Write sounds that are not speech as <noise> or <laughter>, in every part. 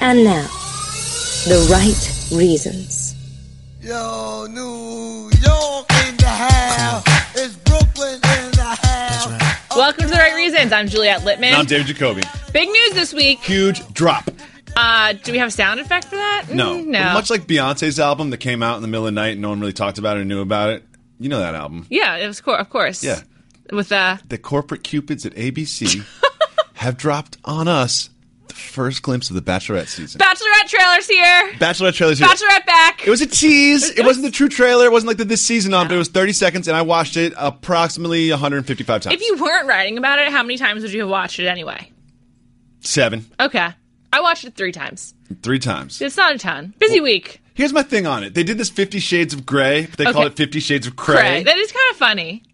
And now, the right reasons. Yo, New York in the house. It's Brooklyn in the house. Welcome to the Right Reasons. I'm Juliette Littman. And I'm David Jacoby. Big news this week. Huge drop. Uh, do we have a sound effect for that? Mm, <laughs> No. no. Much like Beyonce's album that came out in the middle of the night and no one really talked about it or knew about it. You know that album. yeah, it was cour- of course. Yeah. With uh, The corporate cupids <laughs> at ABC have dropped on us the first glimpse of the Bachelorette season. Bachelorette trailers here. Bachelorette trailers. here. Bachelorette back. It was a tease. It wasn't the true trailer. It wasn't like the this season on, but it was 30 seconds, and I watched it approximately 155 times. if you weren't writing about it, how many times would you have watched it anyway? Seven. Okay. I watched it three times. Three times. It's not a ton. Busy week. Here's my thing on it. They did this Fifty Shades of Grey. But they called Okay. it Fifty Shades of Right. That is kind of funny.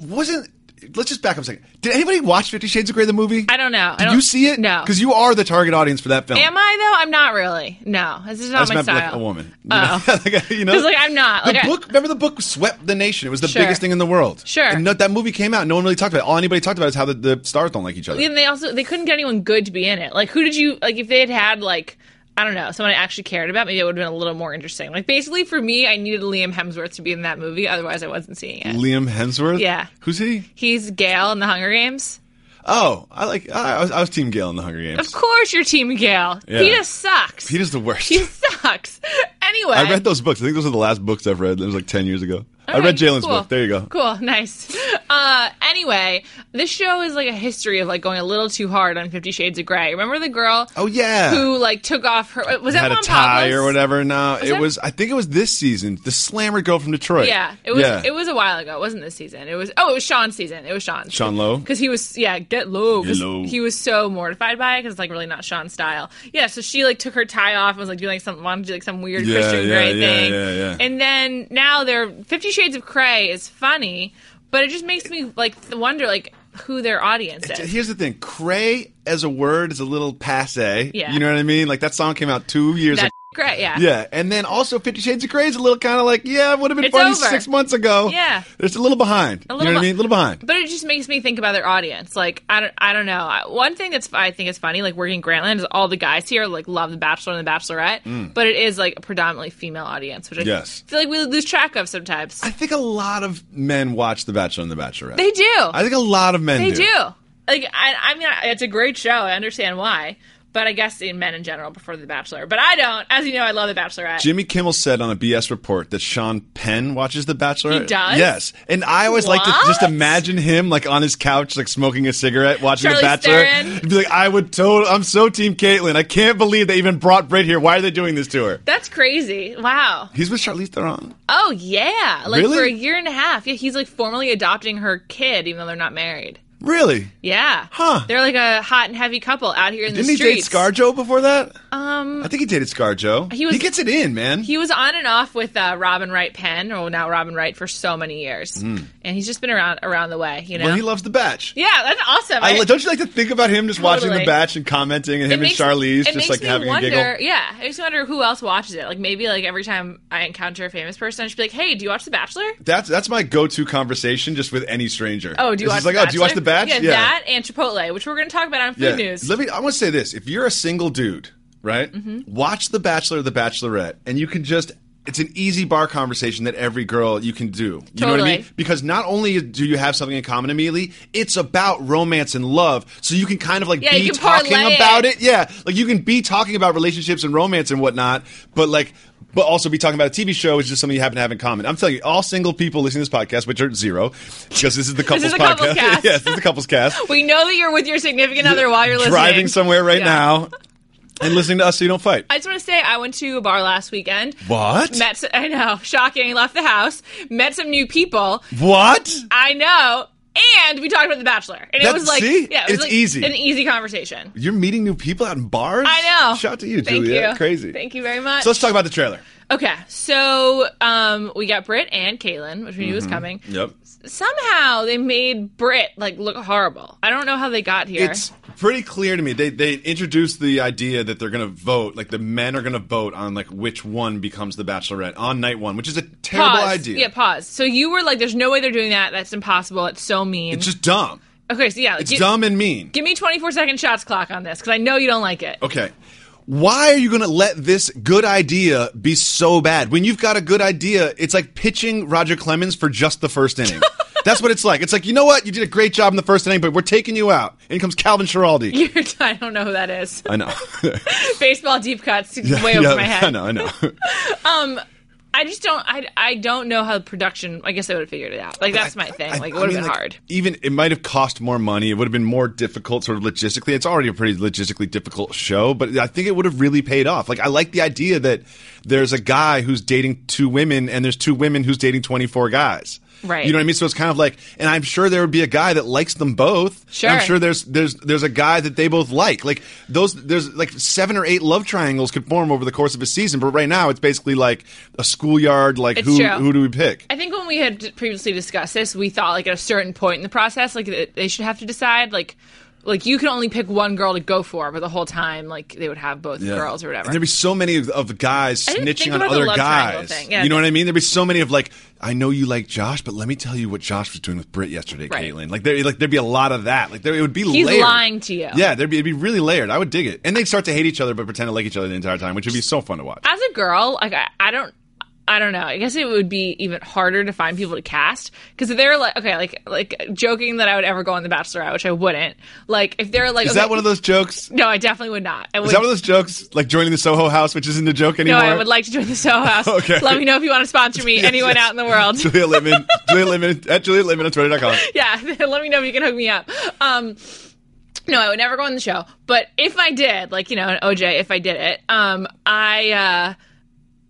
wasn't let's just back up a second. Did anybody watch Fifty Shades of Grey the movie? I don't know. I Did don't- you see it? No. because you are the target audience for that film. Am I though? I'm not really. No, this is I not just my meant style. like a woman. You Oh. know? <laughs> like, you know? 'Cause, like, I'm not. The Like, I- book. Remember the book swept the nation. It was the Sure. biggest thing in the world. Sure. And no, that movie came out. No one really talked about it. All anybody talked about is how the, the stars don't like each other. And they also they couldn't get anyone good to be in it. Like who did you like if they had had like I don't know someone I actually cared about maybe it would have been a little more interesting. Like basically for me I needed Liam Hemsworth to be in that movie otherwise I wasn't seeing it. Liam Hemsworth. Yeah. Who's he? He's Gale in the Hunger Games. Oh, I like. I, I was, I was Team Gale in the Hunger Games. Of course you're Team Gale. Yeah. He just sucks. He is the worst. He sucks. <laughs> anyway, I read those books. I think those are the last books I've read. It was like ten years ago. I read Jalen's book. There you go. Cool, nice. Uh, anyway, this show is like a history of like going a little too hard on Fifty Shades of Grey. Remember the girl? Oh, yeah. who like took off her was that had a Juan tie Pablo's? or whatever. No, it that- was. I think it was this season. The slammer girl from Detroit. Yeah, it was. It was a while ago. It wasn't this season. It was. Oh, it was Sean's season. It was Sean's. Sean Lowe? Because he was. Yeah, get low. 'cause Get low. He was so mortified by it because it's like really not Sean's style. Yeah, so she like took her tie off and was like doing like some wanted to do like some weird Yeah, Christian yeah, Grey yeah, thing. yeah, yeah. And then now they're Fifty Shades of Grey is funny, but it just makes me like wonder like who their audience D- is. Here's the thing: cray as a word is a little passe. Yeah. you know what I mean. Like that song came out two years. That ago. Grey, yeah. Yeah, and then also Fifty Shades of Grey is a little kind of like, yeah, it would have been It's funny over. six months ago. Yeah. it's a little A behind. you know little what I beh- mean? A little behind. But it just makes me think about their audience. Like I don't, I don't know. I- One thing that's I think is funny, like working in Grantland, is all the guys here like love The Bachelor and The Bachelorette, but it is like a predominantly female audience, which I Mm. Yes. feel like we lose track of sometimes. I think a lot of men watch The Bachelor and The Bachelorette. they do. I think a lot of men they do. do. Like I, I mean, I- it's a great show. I understand why, but I guess in men in general prefer The Bachelor. But I don't. As you know, I love The Bachelorette. Jimmy Kimmel said on a BS report that Sean Penn watches The Bachelor. He does? Yes, and I always like to just What? imagine him like on his couch, like smoking a cigarette, watching Charlize The Bachelor. Theron. He'd Be like, I would totally. I'm so Team Caitlyn. I can't believe they even brought Brit here. Why are they doing this to her? that's crazy. Wow. He's with Charlize Theron. Oh yeah. Like Really? for a year and a half. Yeah, he's like formally adopting her kid, even though they're not married. Really? Yeah. Huh. They're like a hot and heavy couple out here in Didn't the he date streets. ScarJo before that? Um, I think he dated ScarJo. he was- he gets it in, man. he was on and off with uh, Robin Wright Penn, or now Robin Wright, for so many years, and he's just been around around the way. You know. Hmm. Well, he loves The Batch. yeah, that's awesome. I, don't you like to think about him just watching The Totally. Batch and commenting, and him and Charlize it just makes like me having wonder, a giggle? Yeah, I just wonder who else watches it. Like maybe like every time I encounter a famous person, I should be like, "Hey, do you watch The Bachelor?" That's that's my go-to conversation just with any stranger. Oh, do you It's watch? just like, the oh, do you watch The Batch? Yeah, that and Chipotle, which we're going to talk about on Food Yeah. News. Let me. I want to say this: if you're a single dude, right, Mm-hmm. watch The Bachelor, or The Bachelorette, and you can just. It's an easy bar conversation that every girl you can do. You know what I mean? Totally. Because not only do you have something in common immediately, it's about romance and love. So you can kind of like Yeah, be you can talking parlay about it. it. Yeah. Like you can be talking about relationships and romance and whatnot, but like but also be talking about a TV show, which is just something you happen to have in common. I'm telling you, all single people listening to this podcast, which are zero, because this <laughs> is the couples is a podcast. <laughs> couples cast. yes, this is the <laughs> couples cast we know that you're with your significant other while you're listening. driving somewhere right Yeah. now and listening to us so you don't fight. I just want to say I went to a bar last weekend. what? Met, s- I know, <laughs> shocking. Left the house, met some new people. what? I know, and we talked about The Bachelor, and it That- was like, see? yeah, it was It's like easy. an easy conversation. You're meeting new people out in bars? I know. Shout out to you, Thank Julia. you. Crazy. Thank you very much. So let's talk about the trailer. okay, so um, we got Britt and Caitlin, which we knew was Mm-hmm. coming. Yep. Somehow they made Britt like look horrible. I don't know how they got here. It's pretty clear to me. They they introduced the idea that they're going to vote, like the men are going to vote on like which one becomes the bachelorette on night 1, which is a terrible pause. idea. Yeah, pause. So you were like, "There's no way they're doing that. That's impossible. It's so mean." It's just dumb. okay, so yeah, It's gi- dumb and mean. Give me 24 second shots clock on this because I know you don't like it. Okay. why are you going to let this good idea be so bad? When you've got a good idea, it's like pitching Roger Clemens for just the <laughs> first inning. That's what it's like. It's like, you know what? You did a great job in the first inning, but we're taking you out. In comes Calvin Schiraldi. <laughs> You're, I don't know who that <laughs> is. I know. Baseball deep cuts <laughs> way over <laughs> Yeah, my I head. know, I know. I just don't. I, I don't know how the production. I guess I would have figured it out. Like that's my thing. I- Like it I would have mean, been like, hard. Even it might have cost more money. It would have been more difficult, sort of logistically. It's already a pretty logistically difficult show, but I think it would have really paid off. Like I like the idea that there's a guy who's dating two women, and there's two women who's dating 24 guys. Right. You know what I mean? So it's kind of like, and I'm sure there would be a guy that likes them both. and I'm Sure. sure there's there's there's a guy that they both like. Like those there's like seven or eight love triangles could form over the course of a season, but right now it's basically like a schoolyard. Like It's who true. who do we pick? I think when we had previously discussed this, we thought like at a certain point in the process, like th- they should have to decide like. Like you can only pick one girl to go for, but the whole time, like they would have both Yeah. girls or whatever. And there'd be so many of, of guys I didn't snitching think on about the other love triangle guys. thing. Yeah, you know the- what I mean? There'd be so many of like, I know you like Josh, but let me tell you what Josh was doing with Britt yesterday, Right. Caitlin. Like there, like there'd be a lot of that. Like there, it would be He's layered. lying to you. Yeah, there'd be it'd be really layered. I would dig it, and they'd start to hate each other, but pretend to like each other the entire time, which would be so fun to watch. as a girl, like I, I don't. I don't know. I guess it would be even harder to find people to cast because they're like, okay, like, like joking that I would ever go on The Bachelorette, which I wouldn't. Like, if they're like, Is okay- that one of those jokes? No, I definitely would not. I would, Is that one of those jokes like joining the Soho House, which isn't a joke no, anymore? I would like to join the Soho House. Okay. Let me know if you want to sponsor me. anyone <laughs> yes. out in the <laughs> world? <laughs> Julia Lemon, Julia Lemon at Julia Lemon on Twitter.com. yeah, <laughs> let me know if you can hook me up. Um, no, I would never go on the show. But if I did, like you know, an OJ, if I did it, um, I uh,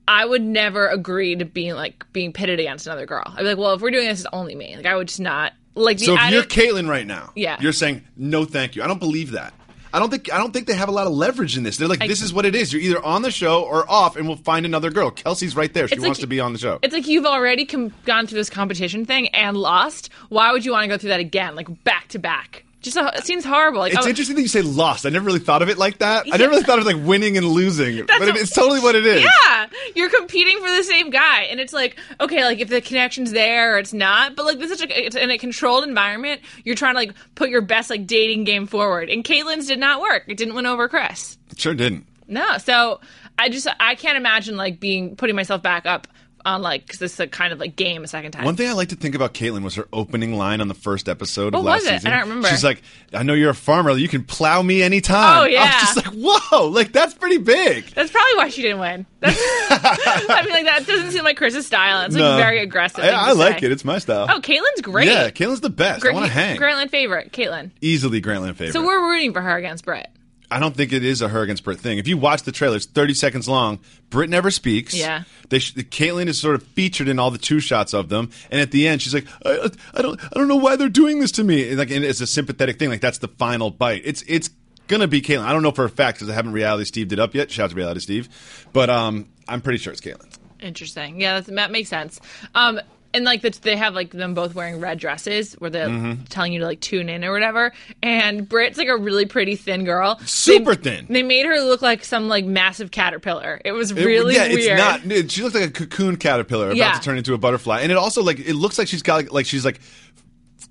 I would never agree to being like being pitted against another girl. I'd be like, well, if we're doing this, it's only me. Like I would just not like. the- So if I you're don't- Caitlyn right now, Yeah. you're saying no, thank you. I don't believe that. I don't think I don't think they have a lot of leverage in this. They're like, this is what it is. You're either on the show or off, and we'll find another girl. Kelsey's right there. She It's wants like- to be on the show. it's like you've already com- gone through this competition thing and lost. Why would you want to go through that again, like back to back? Just a, it seems horrible. Like, It's oh, interesting that you say lost. I never really thought of it like that. I never really thought of like winning and losing, but it, it's totally what it is. Yeah, you're competing for the same guy, and it's like okay, like if the connection's there or it's not, but like this is such a, it's in a controlled environment. You're trying to like put your best like dating game forward, and Caitlin's did not work. It didn't win over Chris. Sure didn't. No, so I just I can't imagine like being putting myself back up on like 'cause this is a kind of like game a second time. One thing I like to think about Caitlin was her opening line on the first episode of What last was it? I season. don't remember. She's like, "I know you're a farmer. You can plow me anytime." Oh, I yeah. was just like, "Whoa! Like that's pretty big." That's probably why she didn't win. That's, <laughs> I mean, like that doesn't seem like Chris's style. It's like No. very aggressive. I, thing I to like say. it. It's my style. oh, Caitlin's great. Yeah, Caitlin's the best. I want to hang. Grantland favorite, Caitlin. Easily Grantland favorite. So we're rooting for her against Brett. I don't think it is a her against Britt thing. If you watch the trailer, it's 30 seconds long. Britt never speaks. Yeah. They sh- Caitlyn is sort of featured in all the two shots of them, and at the end, she's like, I, I don't, I don't know why they're doing this to me. And like, and it's a sympathetic thing. Like that's the final bite. It's, it's gonna be Caitlyn. I don't know for a fact because I haven't reality Steved it up yet. Shout out to reality Steve, but um, I'm pretty sure it's Caitlyn. Interesting. Yeah, that's, that makes sense. Um, and like the, they have like them both wearing red dresses where they're Mm-hmm. telling you to like tune in or whatever. And Brit's like a really pretty thin girl, Super They- thin. They made her look like some like massive caterpillar. It was really yeah, weird. it's not. It, she looks like a cocoon caterpillar about Yeah. to turn into a butterfly, and it also like it looks like she's got like, like she's like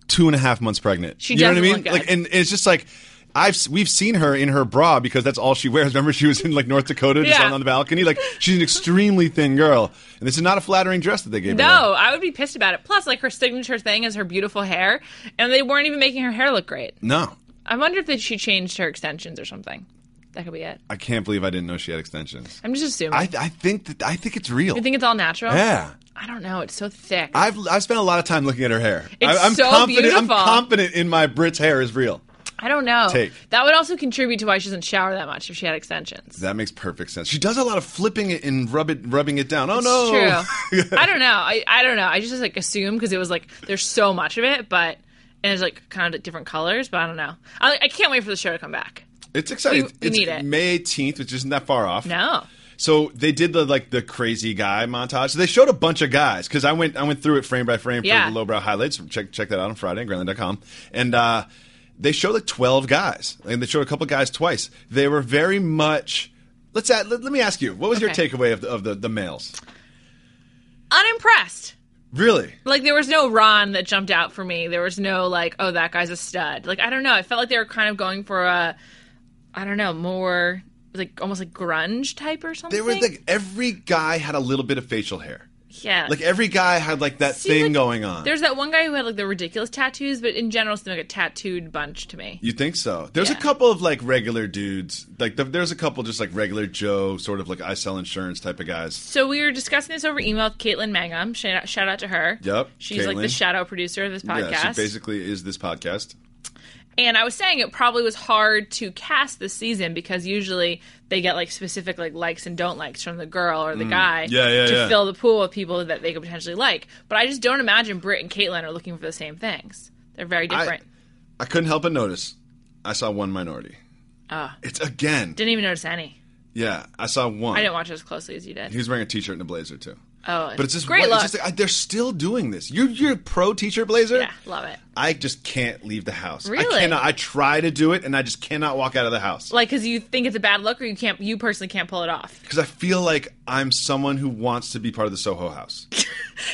two and a half months pregnant. She you know what I doesn't mean? look good. Like, and, and it's just like. I've s- we've seen her in her bra because that's all she wears. <laughs> Remember, she was in like North Dakota, just Yeah. on, on the balcony. Like she's an extremely thin girl, and this is not a flattering dress that they gave her. No, I would be pissed about it. Plus, like her signature thing is her beautiful hair, and they weren't even making her hair look great. No, no, I wonder if that she changed her extensions or something. That could be it. I can't believe I didn't know she had extensions. I'm just assuming. I I think that I think it's real. you think it's all natural? yeah, I don't know. It's so thick. I've I've spent a lot of time looking at her hair. It's I, am so confident. I'm beautiful. confident in my Brit's hair is real. I don't know. Take. That would also contribute to why she doesn't shower that much if she had extensions. That makes perfect sense. She does a lot of flipping it and rub it, rubbing it down. Oh It's no! true. <laughs> I don't know. I, I don't know. I just like assume because it was like there's so much of it, but and there's like kind of different colors, but I don't know. I, I can't wait for the show to come back. It's exciting. We- we it's need it. May 18th, which isn't that far off. No. So they did the like the crazy guy montage. So they showed a bunch of guys because I went I went through it frame by frame for Yeah. the lowbrow highlights. Check check that out on Friday at Grandland.com. And uh, they showed like 12 guys, and they showed a couple guys twice. They were very much. Let's add, let, let me ask you. What was Okay. your takeaway of the, of the the males? Unimpressed. Really? Like there was no Ron that jumped out for me. There was no like, oh, that guy's a stud. Like I don't know. I felt like they were kind of going for a, I don't know, more like almost like grunge type or something. They were like every guy had a little bit of facial hair. yeah, Like every guy had like that See, thing like, going on. There's that one guy who had like the ridiculous tattoos, but in general, it's like a tattooed bunch to me. You think so? There's a Yeah. couple of like regular dudes. Like the, there's a couple just like regular Joe, sort of like I sell insurance type of guys. So we were discussing this over email with Caitlin Mangum. Shout out, shout out to her. Yep, She's like the Caitlin. shadow producer of this podcast. Yeah, she basically is this podcast. and I was saying it probably was hard to cast this season because usually they get like specific like likes and don't likes from the girl or the guy Mm. Yeah, yeah, to yeah. fill the pool with people that they could potentially like. But I just don't imagine Britt and Caitlin are looking for the same things. They're very different. I couldn't help but notice. I saw one minority. Ah. It's again. Didn't even notice any. yeah, I saw one. I didn't watch it as closely as you did. He was wearing a t-shirt and a blazer too. Oh, But it's just great one- look. It's just like, I- they're still doing this. You you're pro t-shirt blazer. yeah, love it. I just can't leave the house. I Really? cannot. I try to do it, and I just cannot walk out of the house. Like, because you think it's a bad look, or you can't. You personally can't pull it off. because I feel like I'm someone who wants to be part of the Soho <laughs> House.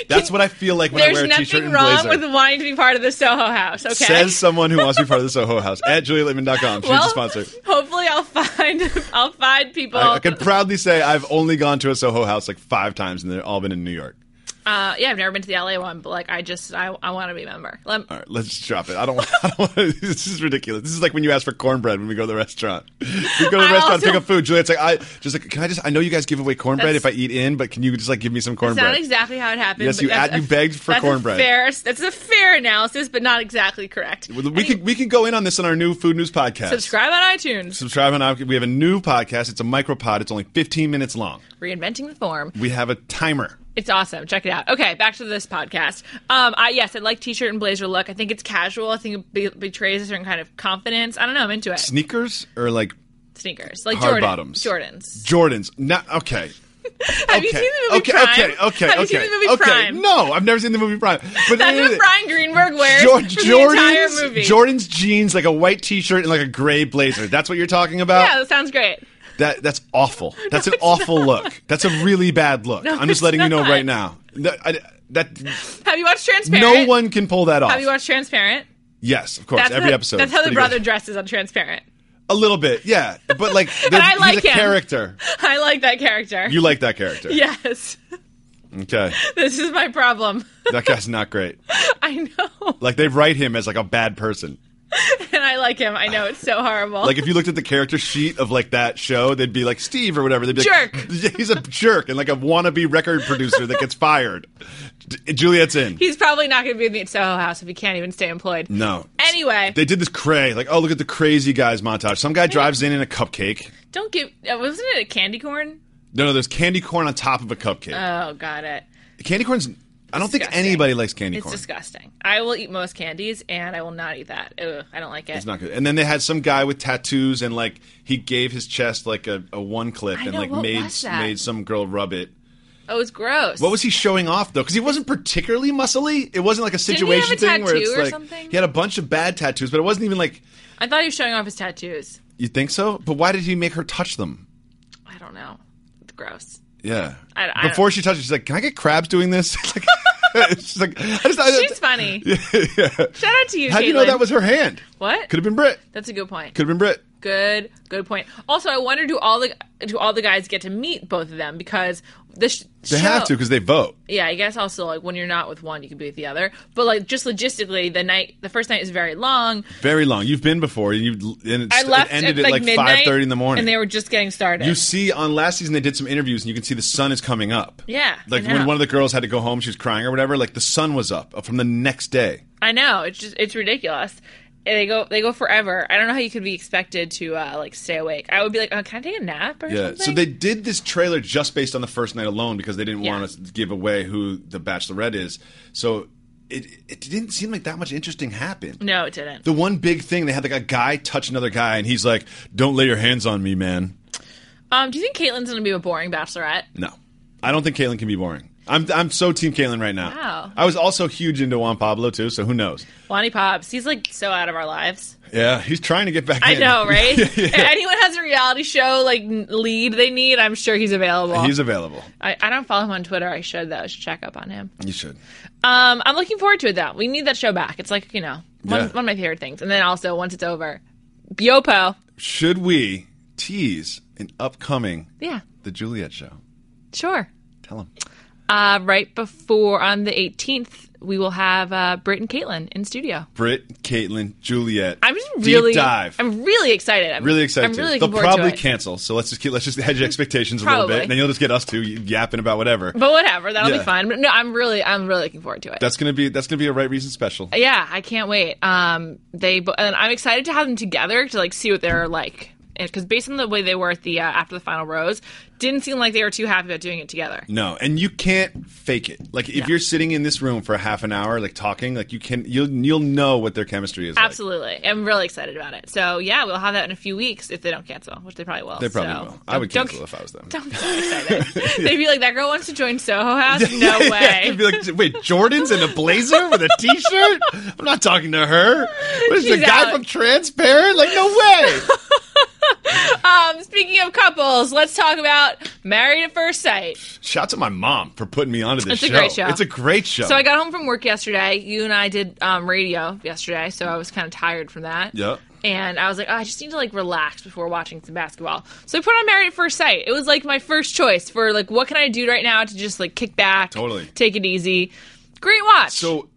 That's what I feel like when I There's wear a t-shirt nothing and wrong blazer. with wanting to be part of the Soho House. Okay. Says someone who wants to <laughs> be part of the Soho House at JuliaLittman.com. She's well, a sponsor. <laughs> hopefully I'll find <laughs> I'll find people. I, I can proudly say I've only gone to a Soho House like five times, and they've all been in New York. Uh, yeah, I've never been to the LA one, but like I just I, I want to be a member. Lem- All right, let's just drop it. I don't. <laughs> I don't wanna, this is ridiculous. This is like when you ask for cornbread when we go to the restaurant. We go to the I restaurant, also- pick up food. Juliet's like, I just like, can I just? I know you guys give away cornbread That's- if I eat in, but can you just like give me some That's not cornbread? exactly how it happened. Yes, but you that's at- a- you begged for that's a cornbread. fair, that's a fair analysis, but not exactly correct. we can we can go in on this on our new food news podcast. Subscribe on iTunes. subscribe on our, we have a new podcast it's a micropod it's only 15 minutes long Reinventing the form. we have a timer It's awesome. Check it out. Okay, back to this podcast. Um, I yes, I like t-shirt and blazer look. I think it's casual. I think it be- betrays a certain kind of confidence. I don't know. I'm into it. sneakers or like Sneakers, like Hard Jordan, bottoms. <laughs> Jordans. jordans not okay <laughs> Have you okay. seen the movie okay, Prime? okay okay Have you okay seen the movie okay Prime? no i've never seen the movie prime but That's what Brian Greenberg wears Jor- for the entire Jordan's- movie. Jordan's jeans, like a white T-shirt and like a gray blazer. That's what you're talking about. Yeah, that sounds great. That that's <laughs> awful. That's an awful look. That's a really bad look. I'm just it's letting you know not. right now. That, I- that- Have you watched Transparent? no one can pull that off. Have you watched Transparent? yes, of course. every how, episode. That's how the Pretty brother good. dresses on Transparent. <laughs> A little bit, yeah. But like, And I he's like a him. character. I like that character. You like that character. yes, <laughs> Okay. this is my problem. <laughs> That guy's not great. I know, <laughs> Like they write him as like a bad person. and I like him. I know it's so horrible. Like if you looked at the character sheet of like that show, they'd be like Steve or whatever. They'd be Jerk. Like, <laughs> Yeah, he's a jerk and like a wannabe record producer that gets fired. D- Juliet's in. He's probably not going to be in the Soho House if he can't even stay employed. no. Anyway, They did this cray. Like, oh, look at the crazy guys montage. Some guy drives in in a cupcake. don't give. uh, Wasn't it a candy corn? No, no, there's candy corn on top of a cupcake. Oh, got it. candy corn's. I don't think disgusting. anybody likes candy It's corn. disgusting. I will eat most candies, and I will not eat that. Ugh, I don't like it. It's not good. And then they had some guy with tattoos, and like he gave his chest like a, a one clip, I and know, like what made was that? made some girl rub it. oh, it's gross. What was he showing off though? Because he wasn't particularly muscly. It wasn't like a he have situation a thing where tattoo it's or like something? he had a bunch of bad tattoos, but it wasn't even like I thought he was showing off his tattoos. you think so. But why did he make her touch them? I don't know. It's gross. Yeah. I- I- Before she touched, it, she's like, "Can I get crabs doing this?" <laughs> Like- she's like, I just, I, She's <laughs> funny. Shout out to you, How do uh, Caitlin. you know that was her hand? What? Could have been Brit. That's a good point. Could have been Brit. Good, good point. Also, I wonder do all the do all the guys get to meet both of them because the sh- They have to because they vote. yeah, I guess also like when you're not with one, you can be with the other. But like just logistically, the night the first night is very long. Very long. You've been before. You and it, I left it ended at, like, midnight, five thirty in the morning. and they were just getting started. You see, on last season they did some interviews, and you can see the sun is coming up. Yeah, like I know. when one of the girls had to go home, she was crying or whatever. Like the sun was up uh, from the next day. I know it's just it's ridiculous. And they go they go forever. I don't know how you could be expected to uh, like stay awake. I would be like, oh, can I take a nap or Yeah, something? so they did this trailer just based on the first night alone because they didn't Yeah. want to give away who the Bachelorette is. So it it didn't seem like that much interesting happened. no, it didn't. The one big thing they had like a guy touch another guy, and he's like, "Don't lay your hands on me, man." Um, do you think Caitlyn's gonna be a boring bachelorette? No, I don't think Caitlyn can be boring. I'm I'm so team Caitlyn right now. Wow. I was also huge into Juan Pablo too, so who knows? Lonnie Pops, he's like so out of our lives. Yeah, he's trying to get back. I in. <laughs> know, right? If anyone has a reality show like n- lead they need, I'm sure he's available. He's available. I, I don't follow him on Twitter. I should though. I should check up on him. You should. Um, I'm looking forward to it though. We need that show back. It's like you know one, Yeah. one of my favorite things. And then also once it's over, Biopo. Should we tease an upcoming Yeah, The Juliet Show? sure. Tell them. Uh, right before on the 18th, we will have uh, Britt and Caitlin in studio. Britt, Caitlin, Juliet. I'm just really, deep dive. I'm really excited. I'm really excited. I'm too. really looking They'll forward probably to it. cancel, so let's just keep, let's just hedge expectations a little bit, Probably. and then you'll just get us two yapping about whatever. But whatever, that'll Yeah. be fun. But no, I'm really, I'm really looking forward to it. that's gonna be that's gonna be a right reason special. yeah, I can't wait. Um, they bo- and I'm excited to have them together to like see what they're like. Because based on the way they were at the uh, after the final rose, didn't seem like they were too happy about doing it together. No, and you can't fake it. Like if Yeah. you're sitting in this room for half an hour, like talking, like you can, you'll you'll know what their chemistry is. like. Absolutely, I'm really excited about it. So yeah, we'll have that in a few weeks if they don't cancel, which they probably will. They probably so. will. I would Don't- cancel if I was them. Don't be so excited. <laughs> They'd be like, "That girl wants to join Soho House." No way. I'd be like, wait, Jordan's in a blazer with a T-shirt? I'm not talking to her. What is the She's guy out. from Transparent? Like, no way. um, speaking of couples, let's talk about Married at First Sight. Shout out to my mom for putting me onto It's this a great show. It's a great show. So I got home from work yesterday. You and I did um, radio yesterday, so I was kind of tired from that. Yep. And I was like, oh, I just need to like relax before watching some basketball. So I put on Married at First Sight. It was like my first choice for like what can I do right now to just like kick back, Totally. take it easy. Great watch. So,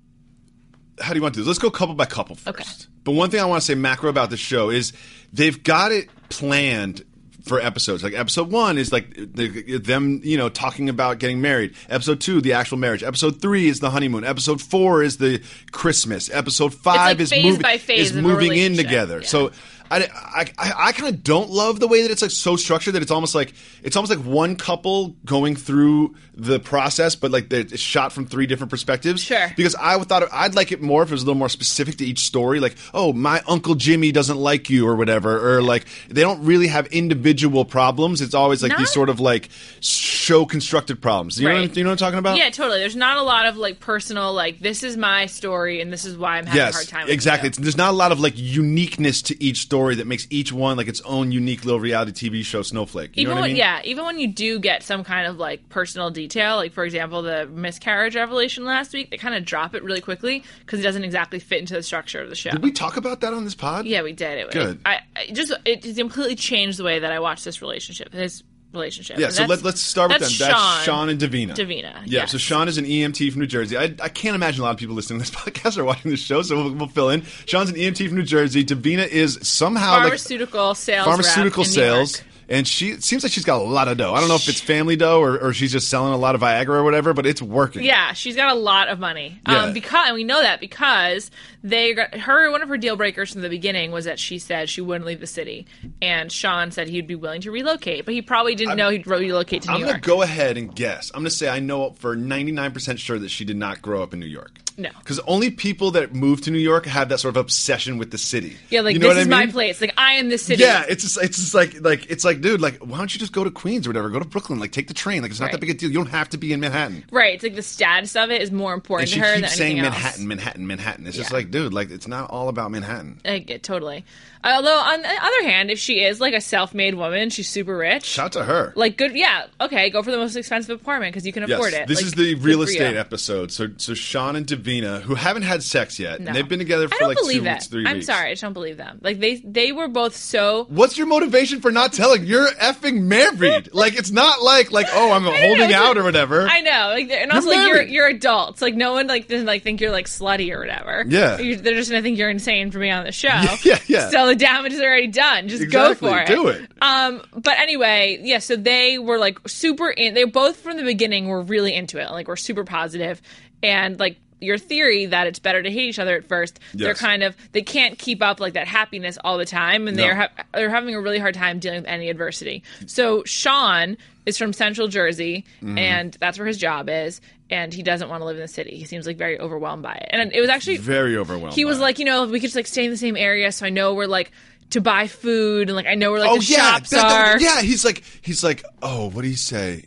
how do you want to do this? Let's go couple by couple first. Okay. But one thing I want to say macro about this show is they've got it planned for episodes. Like episode one is like the, them, you know, talking about getting married. Episode two, the actual marriage. Episode three is the honeymoon. Episode four is the Christmas. Episode five like is phase moving, by phase is of a moving in relationship. together. Yeah. So. I, I, I- I kind of don't love the way that it's like so structured that it's almost like it's almost like one couple going through the process, but like they're- it's shot from three different perspectives. Sure. Because I thought I'd like it more if it was a little more specific to each story. Like, oh, my uncle Jimmy doesn't like you, or whatever, or like they don't really have individual problems. It's always like Not- these sort of like show constructed problems. You know, what, Right. I'm- you know what I'm talking about? yeah, totally. There's not a lot of like personal, like this is my story and this is why I'm having a Yes, hard time. with exactly. you. It's, there's not a lot of like uniqueness to each story that makes each one like its own unique little reality TV show snowflake. You even know what when I mean? yeah, even when you do get some kind of like personal detail, like for example the miscarriage revelation last week, they kind of drop it really quickly because it doesn't exactly fit into the structure of the show. Did we talk about that on this pod? yeah, we did. It, Good. I, I just it just completely changed the way that I watched this relationship. His relationship. Yeah, And so that's- let, let's start with them. that's That's Sean and Davina. Davina, Yeah, yes. so Sean is an EMT from New Jersey. I, I can't imagine a lot of people listening to this <laughs> podcast are watching this show, so we'll, we'll fill in. Sean's an EMT from New Jersey. Davina is somehow pharmaceutical sales. like rep pharmaceutical in New sales. York. And she it seems like she's got a lot of dough. I don't know if it's family dough or, or she's just selling a lot of Viagra or whatever, but it's working. Yeah, she's got a lot of money. Yeah. Um, because and we know that because they got her one of her deal breakers from the beginning was that she said she wouldn't leave the city, and Sean said he'd be willing to relocate, but he probably didn't know he'd relocate to New I'm York. gonna go ahead and guess. I'm gonna say I know for 99% sure that she did not grow up in New York. No. because only people that move to New York have that sort of obsession with the city. yeah, like You know this what I is my mean? place. Like I am the city. Yeah, it's just, it's just like like it's like, dude, like why don't you just go to Queens or whatever? Go to Brooklyn, like take the train. Like it's not Right. that big a deal. You don't have to be in Manhattan. Right. It's like the status of it is more important And she to her than keeps saying anything else. Manhattan, Manhattan, Manhattan. It's just Yeah. like, dude, like it's not all about Manhattan. I get totally. Although on the other hand, if she is like a self-made woman, she's super rich. Shout out to her. like good, yeah. Okay, go for the most expensive apartment because you can afford it. This Like, is the good real for you. estate episode. So so Sean and Davina, who haven't had sex yet, No. and they've been together for I don't like believe two it. weeks, three I'm weeks. sorry, I just don't believe them. Like they they were both so What's your motivation for not telling? You're effing married. like it's not like like oh <laughs> I'm holding it's out a- or whatever. I know. Like they're- and also like you're married. you're adults. Like no one like doesn't like think you're like slutty or whatever. Yeah. You- they're just gonna think you're insane for being on the show. <laughs> yeah, yeah. So the damage is already done. Just Exactly. go for it. Do it. Um but anyway, yeah, so they were like super in they both from the beginning were really into it. Like were super positive and like your theory that it's better to hate each other at first they're Yes. kind of they can't keep up like that happiness all the time and No. they're ha- they're having a really hard time dealing with any adversity. So Sean is from Central Jersey, Mm-hmm. and that's where his job is, and he doesn't want to live in the city. He seems like very overwhelmed by it, and it was actually Very overwhelmed He was by it. like, you know, we could just like stay in the same area, so I know we're like to buy food, and like I know where like oh the yeah, shops that- that- are. yeah. He's like he's like oh what do you say?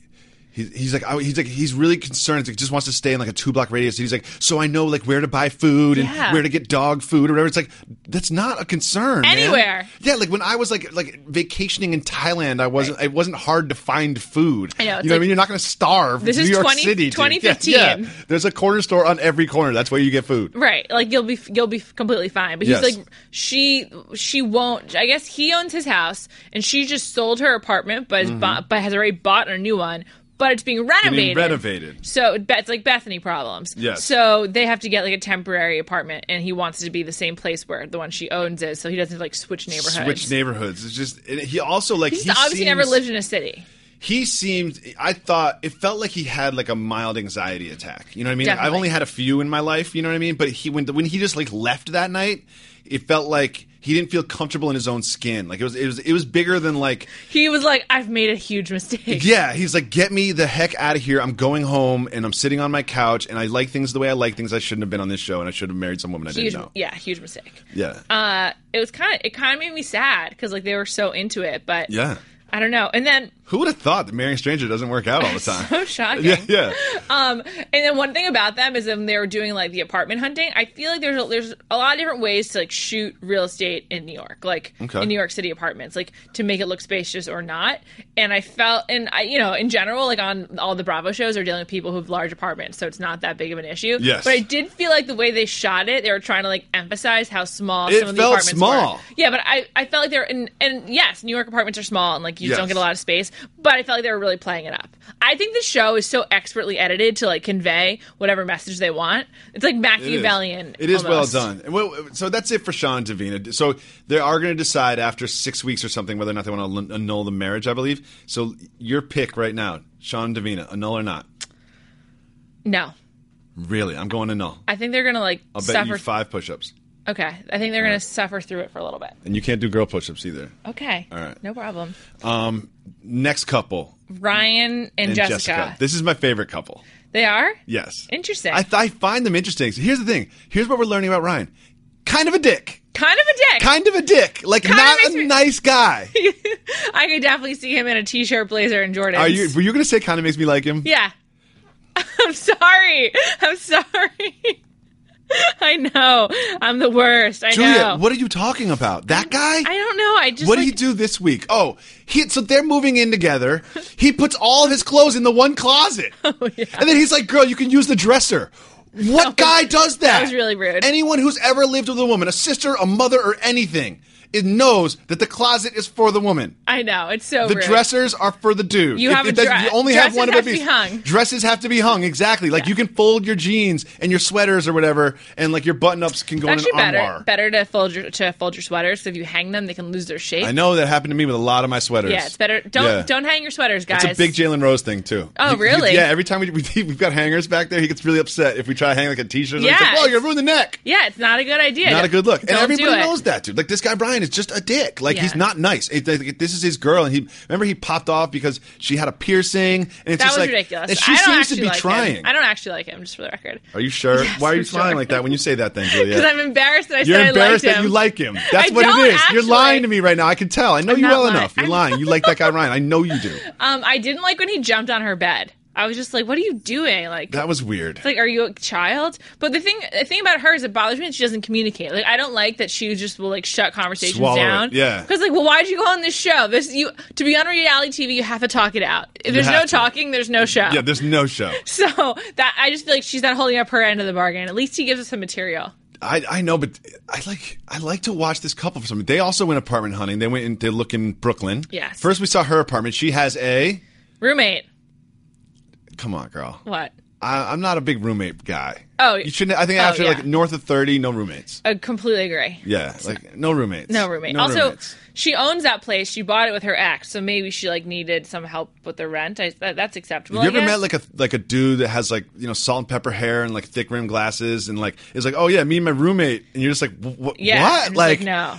He, he's like, I, he's like, he's really concerned. He's like, just wants to stay in like a two block radius. And he's like, so I know like where to buy food and Yeah. where to get dog food or whatever. It's like that's not a concern man. Anywhere. Yeah, like when I was like like vacationing in Thailand, I wasn't. It wasn't hard to find food. I know, it's You know what I like- mean? You're not going to starve. This New is York 20 City. dude. Yeah, 2015. yeah. There's a corner store on every corner. That's where you get food. Right, like you'll be you'll be completely fine. But Yes. he's like she she won't. I guess he owns his house and she just sold her apartment, but Mm-hmm. has bought, but has already bought a new one. But it's being I renovated. mean, renovated. So it- it's like Bethany problems. Yes. So they have to get like a temporary apartment, and he wants it to be the same place where the one she owns is, so he doesn't like switch neighborhoods. Switch neighborhoods. It's just and he also like He's he obviously never seems- lived in a city. he seemed i thought it felt like he had like a mild anxiety attack you know what i mean Like, i've Definitely. only had a few in my life you know what i mean but he when when he just like left that night it felt like he didn't feel comfortable in his own skin like it was it was it was bigger than like He was like, "I've made a huge mistake." yeah he's like get me the heck out of here i'm going home and i'm sitting on my couch and i like things the way i like things i shouldn't have been on this show and i should have married some woman i Huge, didn't know yeah, huge mistake. yeah uh it was kind of it kind of made me sad because like they were so into it but Yeah. i don't know and then <laughs> who would have thought that marrying a stranger doesn't work out all the time <laughs> so shocking yeah yeah um and then one thing about them is when they were doing like the apartment hunting i feel like there's a, there's a lot of different ways to like shoot real estate in new york like Okay. in new york city apartments like to make it look spacious or not and i felt and i you know in general like on all the bravo shows are dealing with people who have large apartments so it's not that big of an issue Yes. but i did feel like the way they shot it they were trying to like emphasize how small It some of the felt apartments small. were Yeah, but I, I felt like they're and and yes, New York apartments are small and like you just don't Yes. get a lot of space. But I felt like they were really playing it up. I think the show is so expertly edited to like convey whatever message they want. It's like It is. Machiavellian. It is almost. well done. And well, so that's it for Sean Davina. So they are going to decide after six weeks or something whether or not they want to annul the marriage, I believe. So your pick right now, Sean Davina, annul or not? No, Really, I'm going to annul. I think they're gonna like I'll bet suffer. you five push-ups, okay, I think they're gonna suffer through it for a little bit. and you can't do girl push-ups either. Okay, all right. no problem. Um, next couple Ryan and, and Jessica. This is my favorite couple. they are. Yes, Interesting. I, th- I find them interesting. So here's the thing. Here's what we're learning about Ryan. Kind of a dick. Kind of a dick. Kind of a dick. Like Kind of not makes a me- <laughs> nice guy. I could definitely see him in a t-shirt, blazer, and Jordans. Are you? Were you going to say kind of makes me like him? Yeah. <laughs> I'm sorry. I'm sorry. <laughs> I know. I'm the worst. I Julia, know. what are you talking about? That guy? I don't know. I just what did like, he do this week? Oh, he so they're moving <laughs> in together. He puts all of his clothes in the one closet. Oh, And then he's like, "Girl, you can use the dresser." <laughs> What guy does that? was really rude. Anyone who's ever lived with a woman, a sister, a mother, or anything, it knows that the closet is for the woman. I know. It's so The rude. dressers are for the dude. Oh, You have a that- dress- You only have dresses one of have a to be piece. hung. Dresses have to be hung. Exactly. Like you can fold your jeans and your sweaters or whatever, and like your button ups can go It's actually in an better armoire. better to fold your to fold your sweaters 'cause if you hang them they can lose their shape. I know that happened to me with a lot of my sweaters. Yeah, it's better. Don't Yeah. don't hang your sweaters, guys. It's a big Jalen Rose thing too. Oh, He- he- really? yeah. Every time we, <laughs> we we've got hangers back there, he gets really upset if we try to hang like a t-shirt. Yeah, Yeah. He's like, "Well, it's- you're ruining the neck." yeah, it's not a good idea. Not a good look, and Don't do everybody it. knows that dude. Like this guy Brian is just a dick. Like Yeah. he's not nice. It- it- this is his girl, and he remember he popped off because she had a piercing, and it's That was just like ridiculous. And she I don't seems to actually be like him. trying. I don't actually like him, just for the record. Are you sure? Yes, Why are you I'm sure. smiling like that when you say that <laughs> then, Because Julia? I'm embarrassed that I You're said embarrassed I liked that him. you like him. That's I what don't it is. You're lying actually. to me right now. I can tell. I know I'm you not well lying. enough. You're I'm- lying. You like that guy Ryan. I know you <laughs> do. Um, I didn't like when he jumped on her bed. I was just like, "What are you doing?" Like, That was weird. It's like, are you a child? But the thing, the thing about her is it bothers me that she doesn't communicate. Like, I don't like that she just will like shut conversations Swallow it, down. yeah. Because like, well, why'd you go on this show? This you to be on reality TV, you have to talk it out. If there's no have to. talking, there's no show. Yeah, there's no show. <laughs> so that I just feel like she's not holding up her end of the bargain. At least he gives us some material. I, I know, but I like I like to watch this couple for something. They also went apartment hunting. They went and they look in Brooklyn. Yes. First we saw her apartment. She has a Roommate, come on, girl. what? I, I'm not a big roommate guy. Oh, you shouldn't. I think oh, after yeah. like north of thirty, no roommates. I completely agree. Yeah, like no roommates. No roommate. also, roommates. she owns that place. She bought it with her ex, so maybe she like needed some help with the rent. I, that, that's acceptable. Have you I ever guess. met like a like a dude that has like you know salt and pepper hair and like thick rimmed glasses and like is like oh yeah me and my roommate and you're just like "Wh- wh- Yeah, what I'm just like like, no.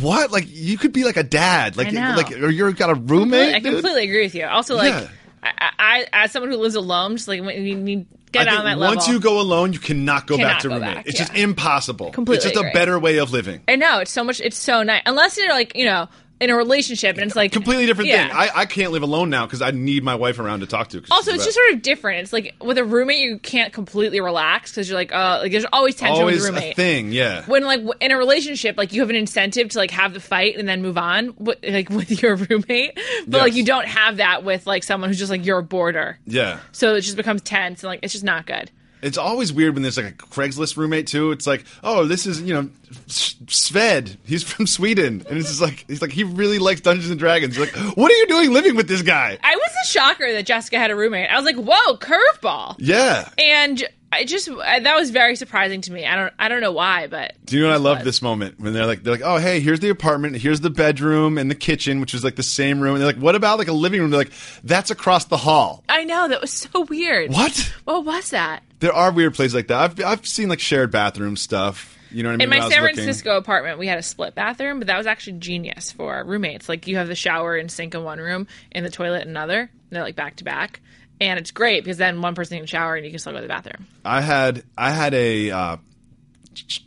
what like you could be like a dad like know. like or you're got a roommate I dude? completely agree with you. Also, like, Yeah. I, I, I- as someone who lives alone, just like when you need get I on think that level. once you go alone, you cannot go Cannot back to go roommate. back, it's just yeah. impossible. Completely It's just a agree. better way of living. I know it's so much. It's so nice. Unless you're like you know in a relationship, and it's like completely different yeah. thing. I, I can't live alone now because I need my wife around to talk to. 'cause also, she's it's the just best. sort of different. It's like with a roommate, you can't completely relax because you're like, uh, like there's always tension always with a a roommate. thing. Yeah, when like w- in a relationship like you have an incentive to like have the fight and then move on wi- like <laughs> with your roommate but like Yes. you don't have that with like someone who's just like you're a border yeah. so it just becomes tense and like it's just not good It's always weird when there's like a Craigslist roommate too. It's like, oh, this is you know, S- Sved. He's from Sweden, and it's just like he's like he really likes Dungeons and Dragons. You're like, what are you doing living with this guy? i was a shocker that jessica had a roommate i was like whoa curveball Yeah. and i just I, that was very surprising to me i don't i don't know why but Do you know what I love was. this moment when they're like they're like oh hey here's the apartment here's the bedroom and the kitchen which is like the same room and they're like what about like a living room they're like that's across the hall i know that was so weird what what was that there are weird places like that I've I've seen like shared bathroom stuff you know what I mean in my When I was San looking. Francisco apartment, we had a split bathroom, but that was actually genius for our roommates. Like you have the shower and sink in one room, and the toilet in another. And they're like back to back, and it's great because then one person can shower and you can still go to the bathroom. I had I had a uh,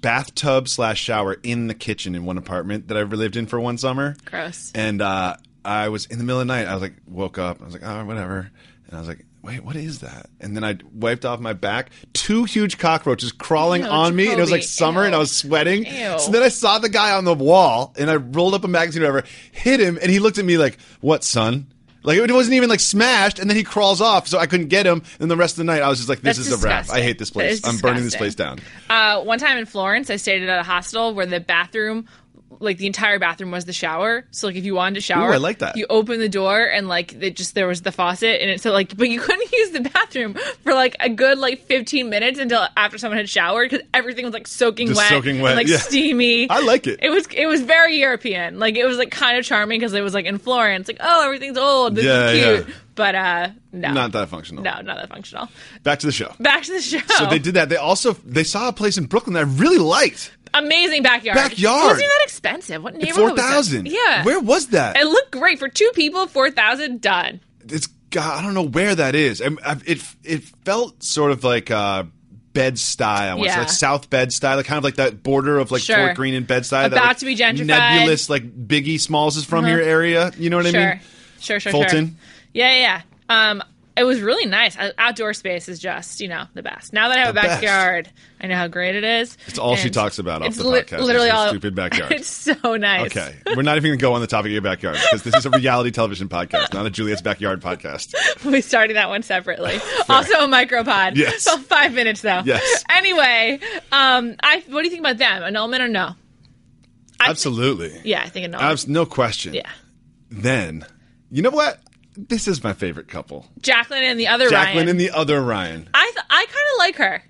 bathtub slash shower in the kitchen in one apartment that I lived in for one summer. Gross. And uh, I was in the middle of the night. I was like, woke up. I was like, oh, whatever. And I was like, wait, what is that? And then I wiped off my back. Two huge cockroaches crawling Ew, on me. And it was like Toby, summer, ew. and I was sweating. Ew. So then I saw the guy on the wall, and I rolled up a magazine, or whatever, hit him, and he looked at me like, "What, son?" Like it wasn't even like smashed, and then he crawls off, so I couldn't get him. And the rest of the night, I was just like, "This That's is a wrap. I disgusting. hate this That place. is I'm burning this place disgusting. down." Uh, one time in Florence, I stayed at a hostel where the bathroom, like the entire bathroom, was the shower. So like if you wanted to shower, Ooh, I like that. You open the door and like it just there was the faucet, and it so like but you <laughs> couldn't use the bathroom for like a good like fifteen minutes until after someone had showered because everything was like soaking Just wet, soaking wet, and, like yeah. steamy. I like it. It was it was very European. Like it was like kind of charming because it was like in Florence, like oh everything's old, this Yeah, is cute, yeah. but uh no, Not that functional. no, not that functional. Back to the show. Back to the <laughs> show. So they did that. They also they saw a place in Brooklyn that I really liked. amazing backyard. Backyard. It wasn't even that expensive. What neighborhood? Four was that? thousand. Yeah. Where was that? It looked great for two people. Four thousand done. it's God, I don't know where that is. I, I, it it felt sort of like uh, Bed Stuy, I want to Yeah. say, like South Bed Stuy, like kind of like that border of like Sure. Fort Greene and Bed Stuy, that, About like, to be gentrified. Uh-huh. nebulous like Biggie Smalls is from here area. You know what sure. I mean? sure, sure, Fulton? sure. Yeah, yeah. yeah. Um, it was really nice. Uh, Outdoor space is just you know the best. Now that I have The a best. backyard, I know how great it is. It's all she And talks about off it's the li- podcast, Literally is her all stupid <laughs> backyard. It's so nice. Okay, we're not even going to go on the topic of your backyard because this is a reality television podcast, not a Juliet's backyard podcast. We'll be starting that one <laughs> separately. also a micropod. Yes. So five minutes though. Yes. Anyway, um, I what do you think about them? Annulment or no? <laughs> I thi- Absolutely, <laughs> yeah, I think annulment. Abs- no question. yeah. Then, you know what? This is my favorite couple, Jacqueline and the other Jacqueline Ryan. and the other Ryan. I th- I kind of like her.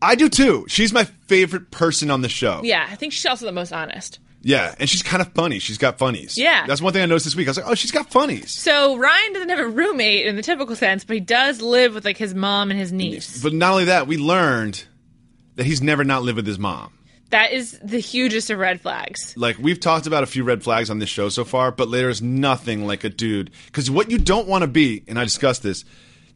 I do too. She's my favorite person on the show. Yeah, I think she's also the most honest. Yeah, and she's kind of funny. She's got funnies. Yeah. That's one thing I noticed this week. I was like, oh, she's got funnies. So Ryan doesn't have a roommate in the typical sense, but he does live with like his mom and his niece. But not only that, we learned that he's never not lived with his mom. That is the hugest of red flags. Like, we've talked about a few red flags on this show so far, but there's nothing like a dude. Because what you don't want to be, and I discussed this,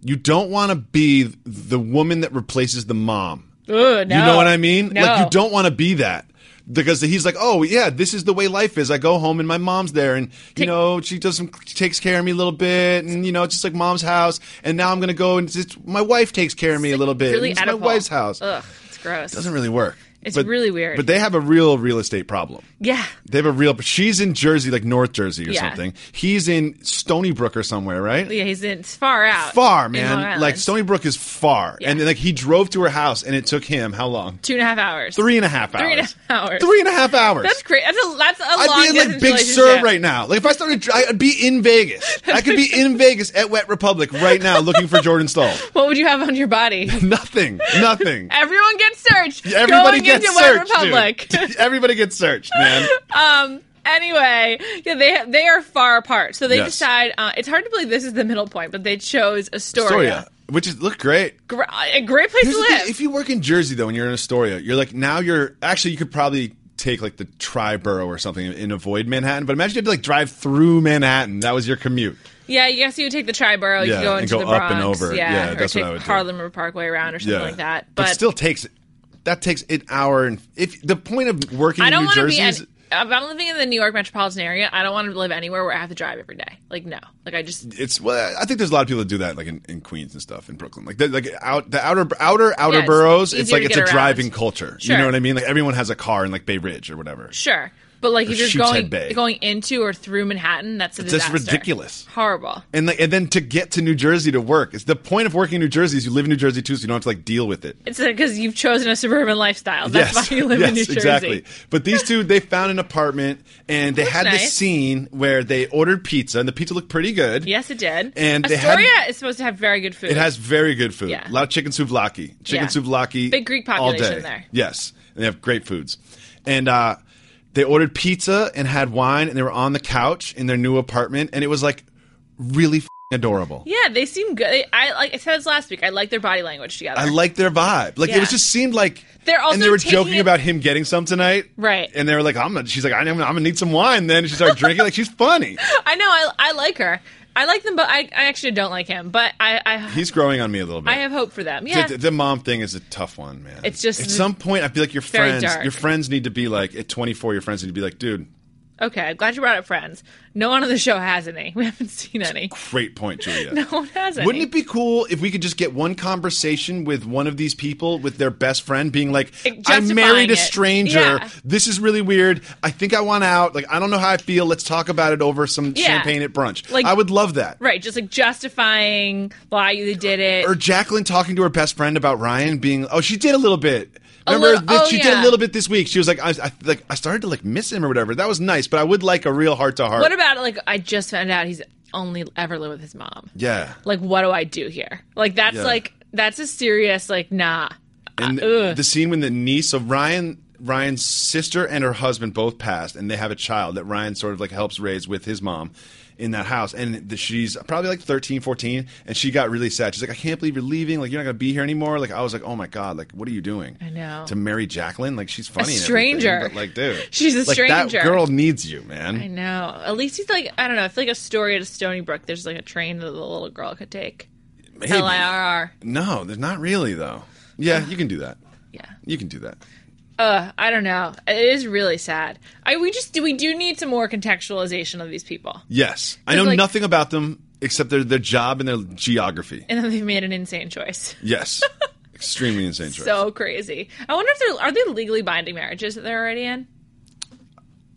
you don't want to be the woman that replaces the mom. Ugh, no. You know what I mean? No. Like you don't want to be that. Because he's like, oh yeah, this is the way life is. I go home and my mom's there, and you Take- know she does some she takes care of me a little bit, and you know it's just like mom's house. And now I'm gonna go and just, my wife takes care of me a little bit. Really and it's my Oedipal. wife's house. Ugh, it's gross. Doesn't really work. It's really weird. But they have a real real estate problem. yeah. They have a real. She's in Jersey, like North Jersey or Yeah. something. He's in Stony Brook or somewhere, right? Yeah, he's in it's far out. Far in Long man, Island. like Stony Brook is far, Yeah. and then, like he drove to her house, and it took him how long? two and a half hours. Three and a half hours. Three and a half hours. Three and a half hours. That's great. That's a that's a long I'd be in distance like Big Sur relationship. right now. Like if I started, I'd be in Vegas. I could be in Vegas at Wet Republic right now, looking for <laughs> Jordan Stahl. What would you have on your body? <laughs> Nothing. Nothing. Everyone gets searched. Everybody Going gets into searched. Wet dude. Republic. <laughs> <laughs> Everybody gets searched, man. Um, anyway, yeah, they they are far apart, so they Yes. decide. Uh, it's hard to believe this is the middle point, but they chose Astoria, Astoria, which is look great. Gr- a great place Here's to the live. thing, if you work in Jersey though, and you're in Astoria, you're like now you're actually you could probably take like the tri borough or something and avoid Manhattan. But imagine you had to like drive through Manhattan. That was your commute. yeah, you guess you would take the Triborough, you Yeah, could go and into go the up Bronx, and over. yeah, Yeah, or that's what take I would do. Harlem or Parkway around or something like that. But, still takes that takes an hour and if the point of working I don't in New want to be Jersey an, is if I'm living in the New York metropolitan area, I don't want to live anywhere where I have to drive every day. Like no, like I just It's well, I think there's a lot of people that do that, like in, in Queens and stuff, in Brooklyn, like the, like out the outer outer outer Yeah, it's boroughs. It's easier like to it's a get around. driving culture. Sure. You know what I mean? Like everyone has a car in like Bay Ridge or whatever. sure, but like if you're Sheepshead going Bay. going into or through Manhattan, that's a It's just disaster. ridiculous. horrible. And like, and then to get to New Jersey to work, it's the point of working in New Jersey is you live in New Jersey too, so you don't have to like deal with it. It's because you've chosen a suburban lifestyle. That's why you live in New Jersey. Exactly. But these two, they found an apartment and they had nice. this scene where they ordered pizza and the pizza looked pretty good. Yes, it did. And they had- Astoria is supposed to have very good food. It has very good food. Yeah. A lot of chicken souvlaki. Chicken Yeah. souvlaki. Big Greek all population day. there. Yes. And they have great foods. And uh, they ordered pizza and had wine and they were on the couch in their new apartment and it was like really f- adorable. Yeah, they seem good. I like. I said this last week. I like their body language together. I like their vibe. Like Yeah. it was just seemed like They're also and they were taking joking it- about him getting some tonight, Right. And they were like, "I'm gonna." She's like, "I'm gonna, I'm gonna need some wine." Then and she started drinking. Like <laughs> she's funny. <laughs> I know. I, I like her. I like them, but I, I actually don't like him. But I I, He's growing on me a little bit. I have hope for them. The- Yeah. The, the mom thing is a tough one, man. It's just- at some point I feel like your Very friends, dark. your friends need to be like at 24. Your friends need to be like, dude, Okay. I'm glad you brought up friends. No one on the show has any. <laughs> We haven't seen any. great point, Julia. <laughs> No one has any. Wouldn't it be cool if we could just get one conversation with one of these people with their best friend being like, It- I married a justifying it. stranger. Yeah. This is really weird. I think I want out. Like, I don't know how I feel. Let's talk about it over some Yeah. champagne at brunch. Like- I would love that. Right. Just like justifying why you did it. Or Jacqueline talking to her best friend about Ryan being, oh, she did a little bit. A Remember, little- that oh, she did a yeah. little bit this week. She was like, I, I, like, I started to like miss him or whatever. That was nice, but I would like a real heart to heart. what about like I just found out he's only ever lived with his mom. Yeah. Like what do I do here? Like that's Yeah. like that's a serious like nah. And Uh, ugh. the scene when the niece of Ryan, Ryan's sister and her husband both passed, and they have a child that Ryan sort of like helps raise with his mom in that house. And the, she's probably like 13, 14, and she got really sad. She's like, I can't believe you're leaving. Like, you're not going to be here anymore. Like, I was like, oh my God, like, what are you doing? I know. To marry Jacqueline? Like, she's funny. and everything, stranger. But like, dude. <laughs> She's a like, stranger. That girl needs you, man. I know. At least he's like I don't know. I feel like a story to Stony Brook. There's like a train that the little girl could take. Maybe. L I R R. No, there's not really, though. Yeah, you can do that. Yeah. You can do that. Uh, I don't know. It is really sad. I we just do we do need some more contextualization of these people. Yes. I 'Cause, know like- nothing about them except their, their job and their geography. And then they've made an insane choice. <laughs> Yes. Extremely insane choice. So crazy. I wonder if they're are they legally binding marriages that they're already in?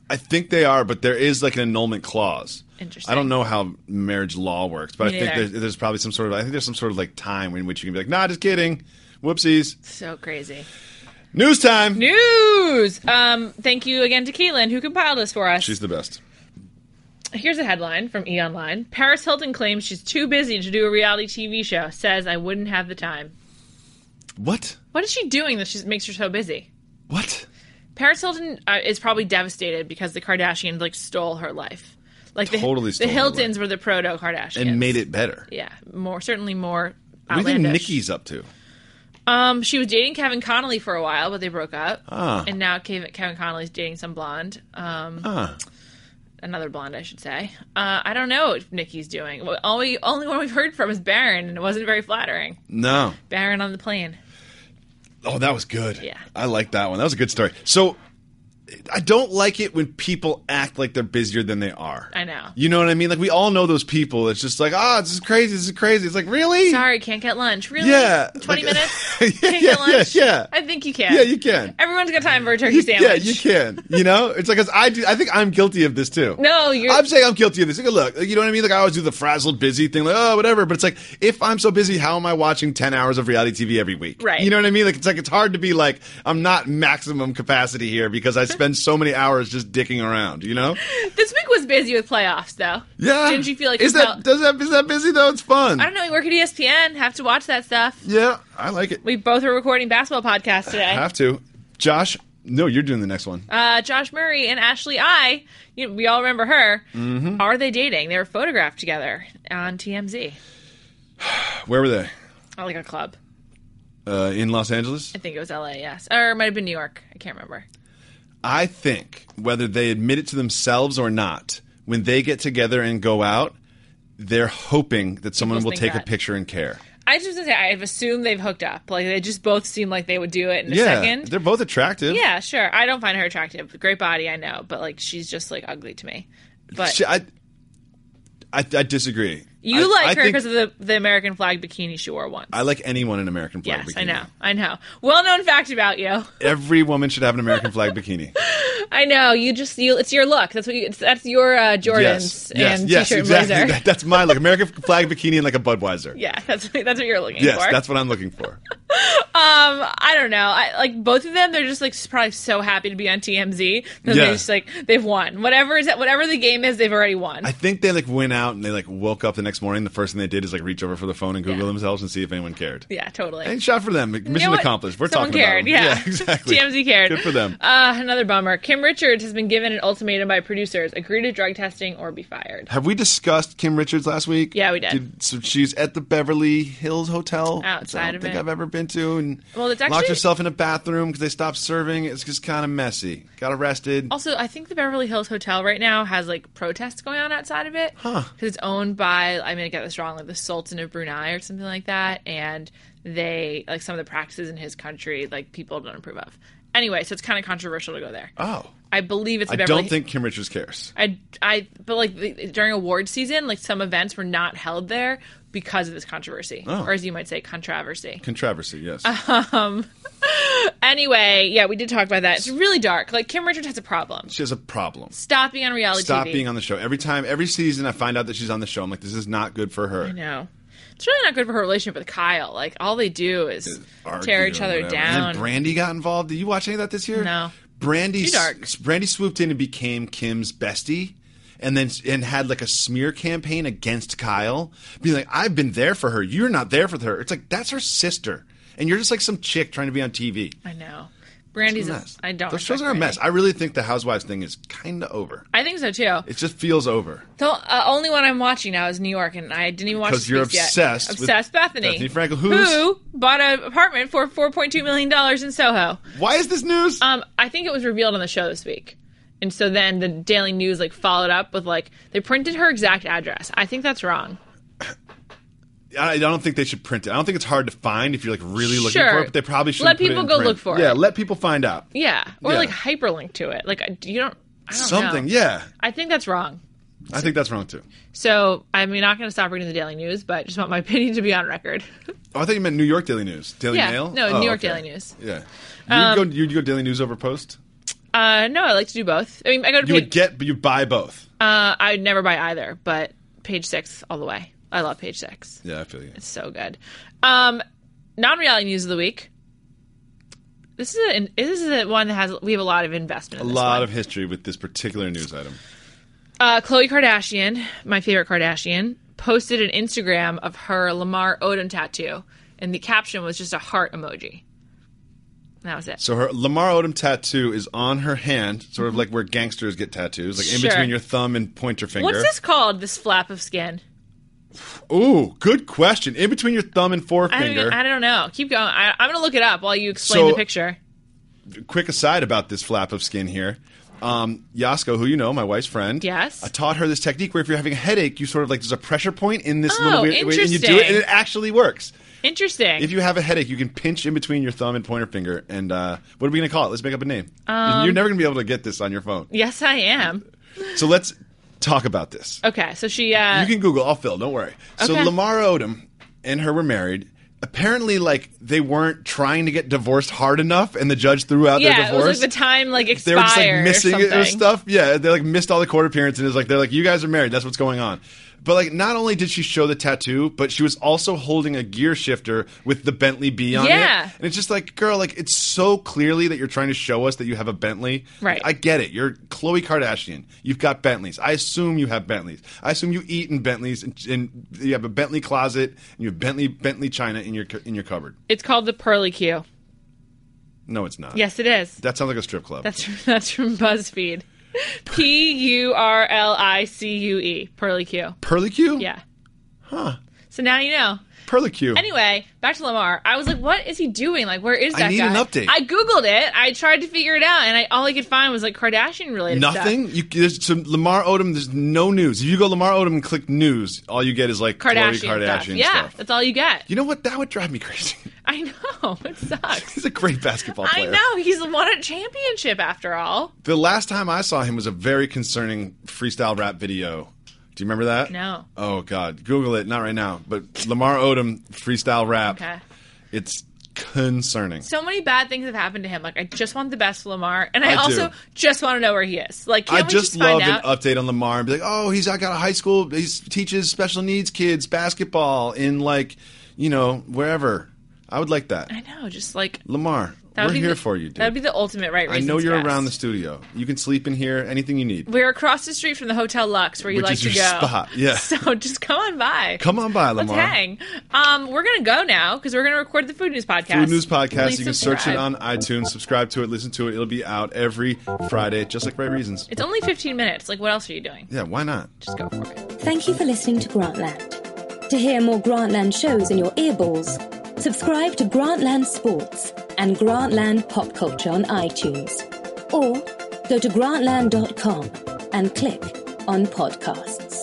I think they are, but there is like an annulment clause. Interesting. I don't know how marriage law works, but Me I think neither. there's, there's probably some sort of I think there's some sort of like time in which you can be like, nah, just kidding. Whoopsies. So crazy. News time. News. Um, thank you again to Keelan who compiled this for us. She's the best. Here's a headline from E Online. Paris Hilton claims she's too busy to do a reality TV show. Says I wouldn't have the time. What? What is she doing that she makes her so busy? What? Paris Hilton uh, is probably devastated because the Kardashians like stole her life. Like the, Totally stole the her Hiltons were the proto Kardashians And made it better. Yeah, more certainly more. What do you think outlandish. Nikki's up to? Um, she was dating Kevin Connolly for a while, but they broke up. Ah. And now Kevin, Kevin Connolly's dating some blonde. Um, Huh. another blonde, I should say. Uh, I don't know what Nikki's doing. All we, only one we've heard from is Baron, and it wasn't very flattering. No. Baron on the plane. Oh, that was good. Yeah. I like that one. That was a good story. So I don't like it when people act like they're busier than they are. I know. You know what I mean? Like we all know those people. It's just like, ah, this is crazy. This is crazy. It's like, really? Sorry, can't get lunch. Really? Yeah, <laughs> 20 like- minutes? Yeah, can't yeah, get lunch? yeah, yeah. I think you can. Yeah, you can. Everyone's got time for a turkey sandwich. Yeah, you can. You know, it's like 'cause I do. I think I'm guilty of this too. No, you're- I'm saying I'm guilty of this. Like, look, you know what I mean? Like I always do the frazzled, busy thing. Like oh, whatever. But it's like if I'm so busy, how am I watching 10 hours of reality TV every week? Right. You know what I mean? Like it's like it's hard to be like I'm not maximum capacity here because I spend so many hours just dicking around. <laughs> You know? This week was busy with playoffs, though. Yeah. Didn't you feel like is you that felt- does that is that busy though? It's fun. I don't know. We work at E ESPN. Have to watch that stuff. Yeah, I like it. We both were recording basketball podcasts today. I have to. Josh, no, you're doing the next one. uh, Josh Murray and Ashley I, you know, we all remember her. Mm-hmm. Are they dating? They were photographed together on TMZ, Where were they? or Oh, like a club. Uh, in Los Angeles? I think it was LA, yes, or it might have been New York. I can't remember. I think whether they admit it to themselves or not, when they get together and go out, they're hoping that someone People will think take that. a picture and care. I just say I've assumed they've hooked up. Like they just both seem like they would do it in a yeah, they second. they're both attractive. Yeah, sure. I don't find her attractive. Great body, I know, but like she's just like ugly to me. But She- I, I, I disagree. you I- like I her think- because of the, the American flag bikini she wore once. I like anyone in American flag yes, bikini. I know. I know. Well known fact about you. Every woman should have an American flag bikini. <laughs> I know. You just you. It's your look. That's what you. It's, that's your uh, <laughs> Jordans yes, yes, and yes, t-shirt exactly. blazer. That- that's my look. American flag bikini and like a Budweiser. Yeah, <laughs> that's that's what you're looking yes, for. that's what I'm looking for. Um, I don't know. I like both of them. They're just like s- probably so happy to be on TMZ that Yeah. they just like they've won. Whatever is whatever the game is, they've already won. I think they like went out and they like woke up the next morning. The first thing they did is like reach over for the phone and Google Yeah. themselves and see if anyone cared. yeah, totally. And shot for them. Mission You know what? accomplished. We're Someone talking cared. about them. <laughs> Yeah. <laughs> exactly. TMZ cared. Good for them. Uh, another bummer. Kim Richards has been given an ultimatum by producers: agree to drug testing or be fired. Have we discussed Kim Richards last week? Yeah, we did. so she's at the Beverly Hills Hotel. which I Outside don't of think it. I've ever been to. And Well, it's locked actually- herself in a bathroom because they stopped serving. It's just kind of messy. Got arrested. Also, I think the Beverly Hills Hotel right now has like protests going on outside of it because it's owned by I'm gonna get this wrong, like the Sultan of Brunei or something like that, and they like some of the practices in his country like people don't approve of. Anyway, so it's kind of controversial to go there. Oh. I believe it's. the I Beverly don't think Kim Richards cares. I, I, but like the, during award season, like some events were not held there because of this controversy, Oh. or as you might say, controversy. Controversy, yes. Oh. Anyway, yeah, we did talk about that. It's really dark. Like Kim Richards has a problem. she has <laughs> a problem. Stop being on reality Stop TV. being on the show. Every time, every season, I find out that she's on the show. I'm like, this is not good for her. No. It's really not good for her relationship with Kyle. Like all they do is argue tear each and other whatever. And down. then Brandy got involved. Did you watch any of that this year? No. Brandy, Too dark. Brandy swooped in and became Kim's bestie, and then and had like a smear campaign against Kyle, being like, "I've been there for her. You're not there for her." It's like that's her sister, and you're just like some chick trying to be on TV. I know. It's Brandy's a I mess. I don't Those shows respect are a mess. Brandy. I really think the Housewives thing is kind of over. I think so too. It just feels over. The uh, only one I'm watching now is New York, and I didn't even watch Because this you're week's yet. obsessed with Obsessed Bethany. Bethany Frankel, who's- who bought an apartment for 4.2 million dollars in Soho. Why is this news? Um, I think it was revealed on the show this week. And so then the Daily News like followed up with like they printed her exact address. I think that's wrong. I I don't think they should print it. I don't think it's hard to find if you're like really looking Sure. for it. But they probably should Let people go look for Yeah, it. let people find out. Yeah, or Yeah. like hyperlink to it. Like I- you don't. I don't Something. know. Yeah, I think that's wrong. I think that's wrong too. So I'm not going to stop reading the Daily News, but just want my <laughs> opinion to be on record. Oh, I thought you meant New York Daily News. Daily Yeah. Mail. No, Oh, New York Daily News. Um, Yeah, you would go. You would go Daily News over Post. Uh, no, I like to do both. I mean, I go to You would page. get, but you buy both. uh, I'd never buy either, but page six all the way. I love page six. yeah, I feel you. So good. Um, non-reality news of the week. This is an, this is the one that has we have a lot of investment. A In lot of history with this particular news item. Uh, Khloe Kardashian, my favorite Kardashian, posted an Instagram of her Lamar Odom tattoo, and the caption was just a heart emoji. And that was it. So her Lamar Odom tattoo is on her hand, sort of like where gangsters get tattoos, like in Mm-hmm. Sure. between your thumb and pointer finger. What's this called? This flap of skin? Ooh, good question. In between your thumb and I don't, forefinger. even, I don't know. Keep going. I, I'm going to look it up while you explain So- the picture. quick aside about this flap of skin here. Um, Yasko, who you know, my wife's friend, Yes. I taught her this technique where if you're having a headache, you sort of like there's a pressure point in this Oh, little weird, way, and you do it, interesting. and it actually works. Interesting. If you have a headache, you can pinch in between your thumb and pointer finger, and uh, what are we gonna call it? Let's make up a name. Um, you're never gonna be able to get this on your phone, yes, I am. so let's talk about this. Okay, so she. Uh, You can Google. I'll fill. Don't worry. So Okay. Lamar Odom and her were married. Apparently, like they weren't trying to get divorced hard enough, and the judge threw out their yeah, it divorce. was like the time like expired. they were just like or missing it or something. stuff. Yeah, they like missed all the court appearances. It's like they're like, you guys are married. That's what's going on. But like, not only did she show the tattoo, but she was also holding a gear shifter with the Bentley B on Yeah. it. And it's just like, girl, like it's so clearly that you're trying to show us that you have a Bentley. Right. I get it. You're Khloe Kardashian. You've got Bentleys. I assume you have Bentleys. I assume you eat in Bentleys, and, and you have a Bentley closet, and you have Bentley Bentley china in your cu- in your cupboard. It's called the Pearly Q. No, it's not. Yes, it is. That sounds like a strip club. That's <laughs> from, that's from BuzzFeed. P U R L I C U E. Pearly Q. Pearly Q. Yeah. Huh. So now you know. Perlicue. Anyway, back to Lamar. I was like, what is he doing? Like, where is I that need guy? an update. I Googled it. I tried to figure it out, and I, all I could find was like Kardashian related Nothing. You, there's, so Lamar Odom. There's no news. If you go Lamar Odom and click news, all you get is like stuff. Khloe Kardashian, Kardashian stuff. Yeah, stuff. that's all you get. <laughs> You know what? That would drive me crazy. <laughs> I know. It sucks. He's a great basketball I player. know. He's won a championship after all. The last time I saw him was a very concerning freestyle rap video. Do you remember that? No. Oh God, Google it. Not right now, but Lamar Odom freestyle rap. Okay. It's concerning. So many bad things have happened to him. Like, I just want the best for Lamar, and I, I do. also just want to know where he is. Like, I can't we just, find love out? an update on Lamar and be like, oh, he's I got a high school. He teaches special needs kids basketball in like, you know, wherever. I would like that. I know. Just like Lamar, that would we're be here the- for you, dude. That would be the ultimate right. I know you're Reasons around the guest. studio. You can sleep in here. Anything you need. We're across the street from the Hotel Lux, where you Which like is to your go. spot, <laughs> yeah. So just come on by. Come on by, Let's Lamar. hang. Um, we're gonna go now because we're gonna record the Food News podcast. Food News Podcast. Please you can search it subscribe. on iTunes. Subscribe to it. Listen to it. It'll be out every Friday, just like Right Reasons. It's only 15 minutes. Like, what else are you doing? Yeah, why not? Just go for it. Thank you for listening to Grantland. To hear more Grantland shows in your earballs, subscribe to Grantland Sports and Grantland Pop Culture on iTunes. Or go to grantland.com and click on podcasts.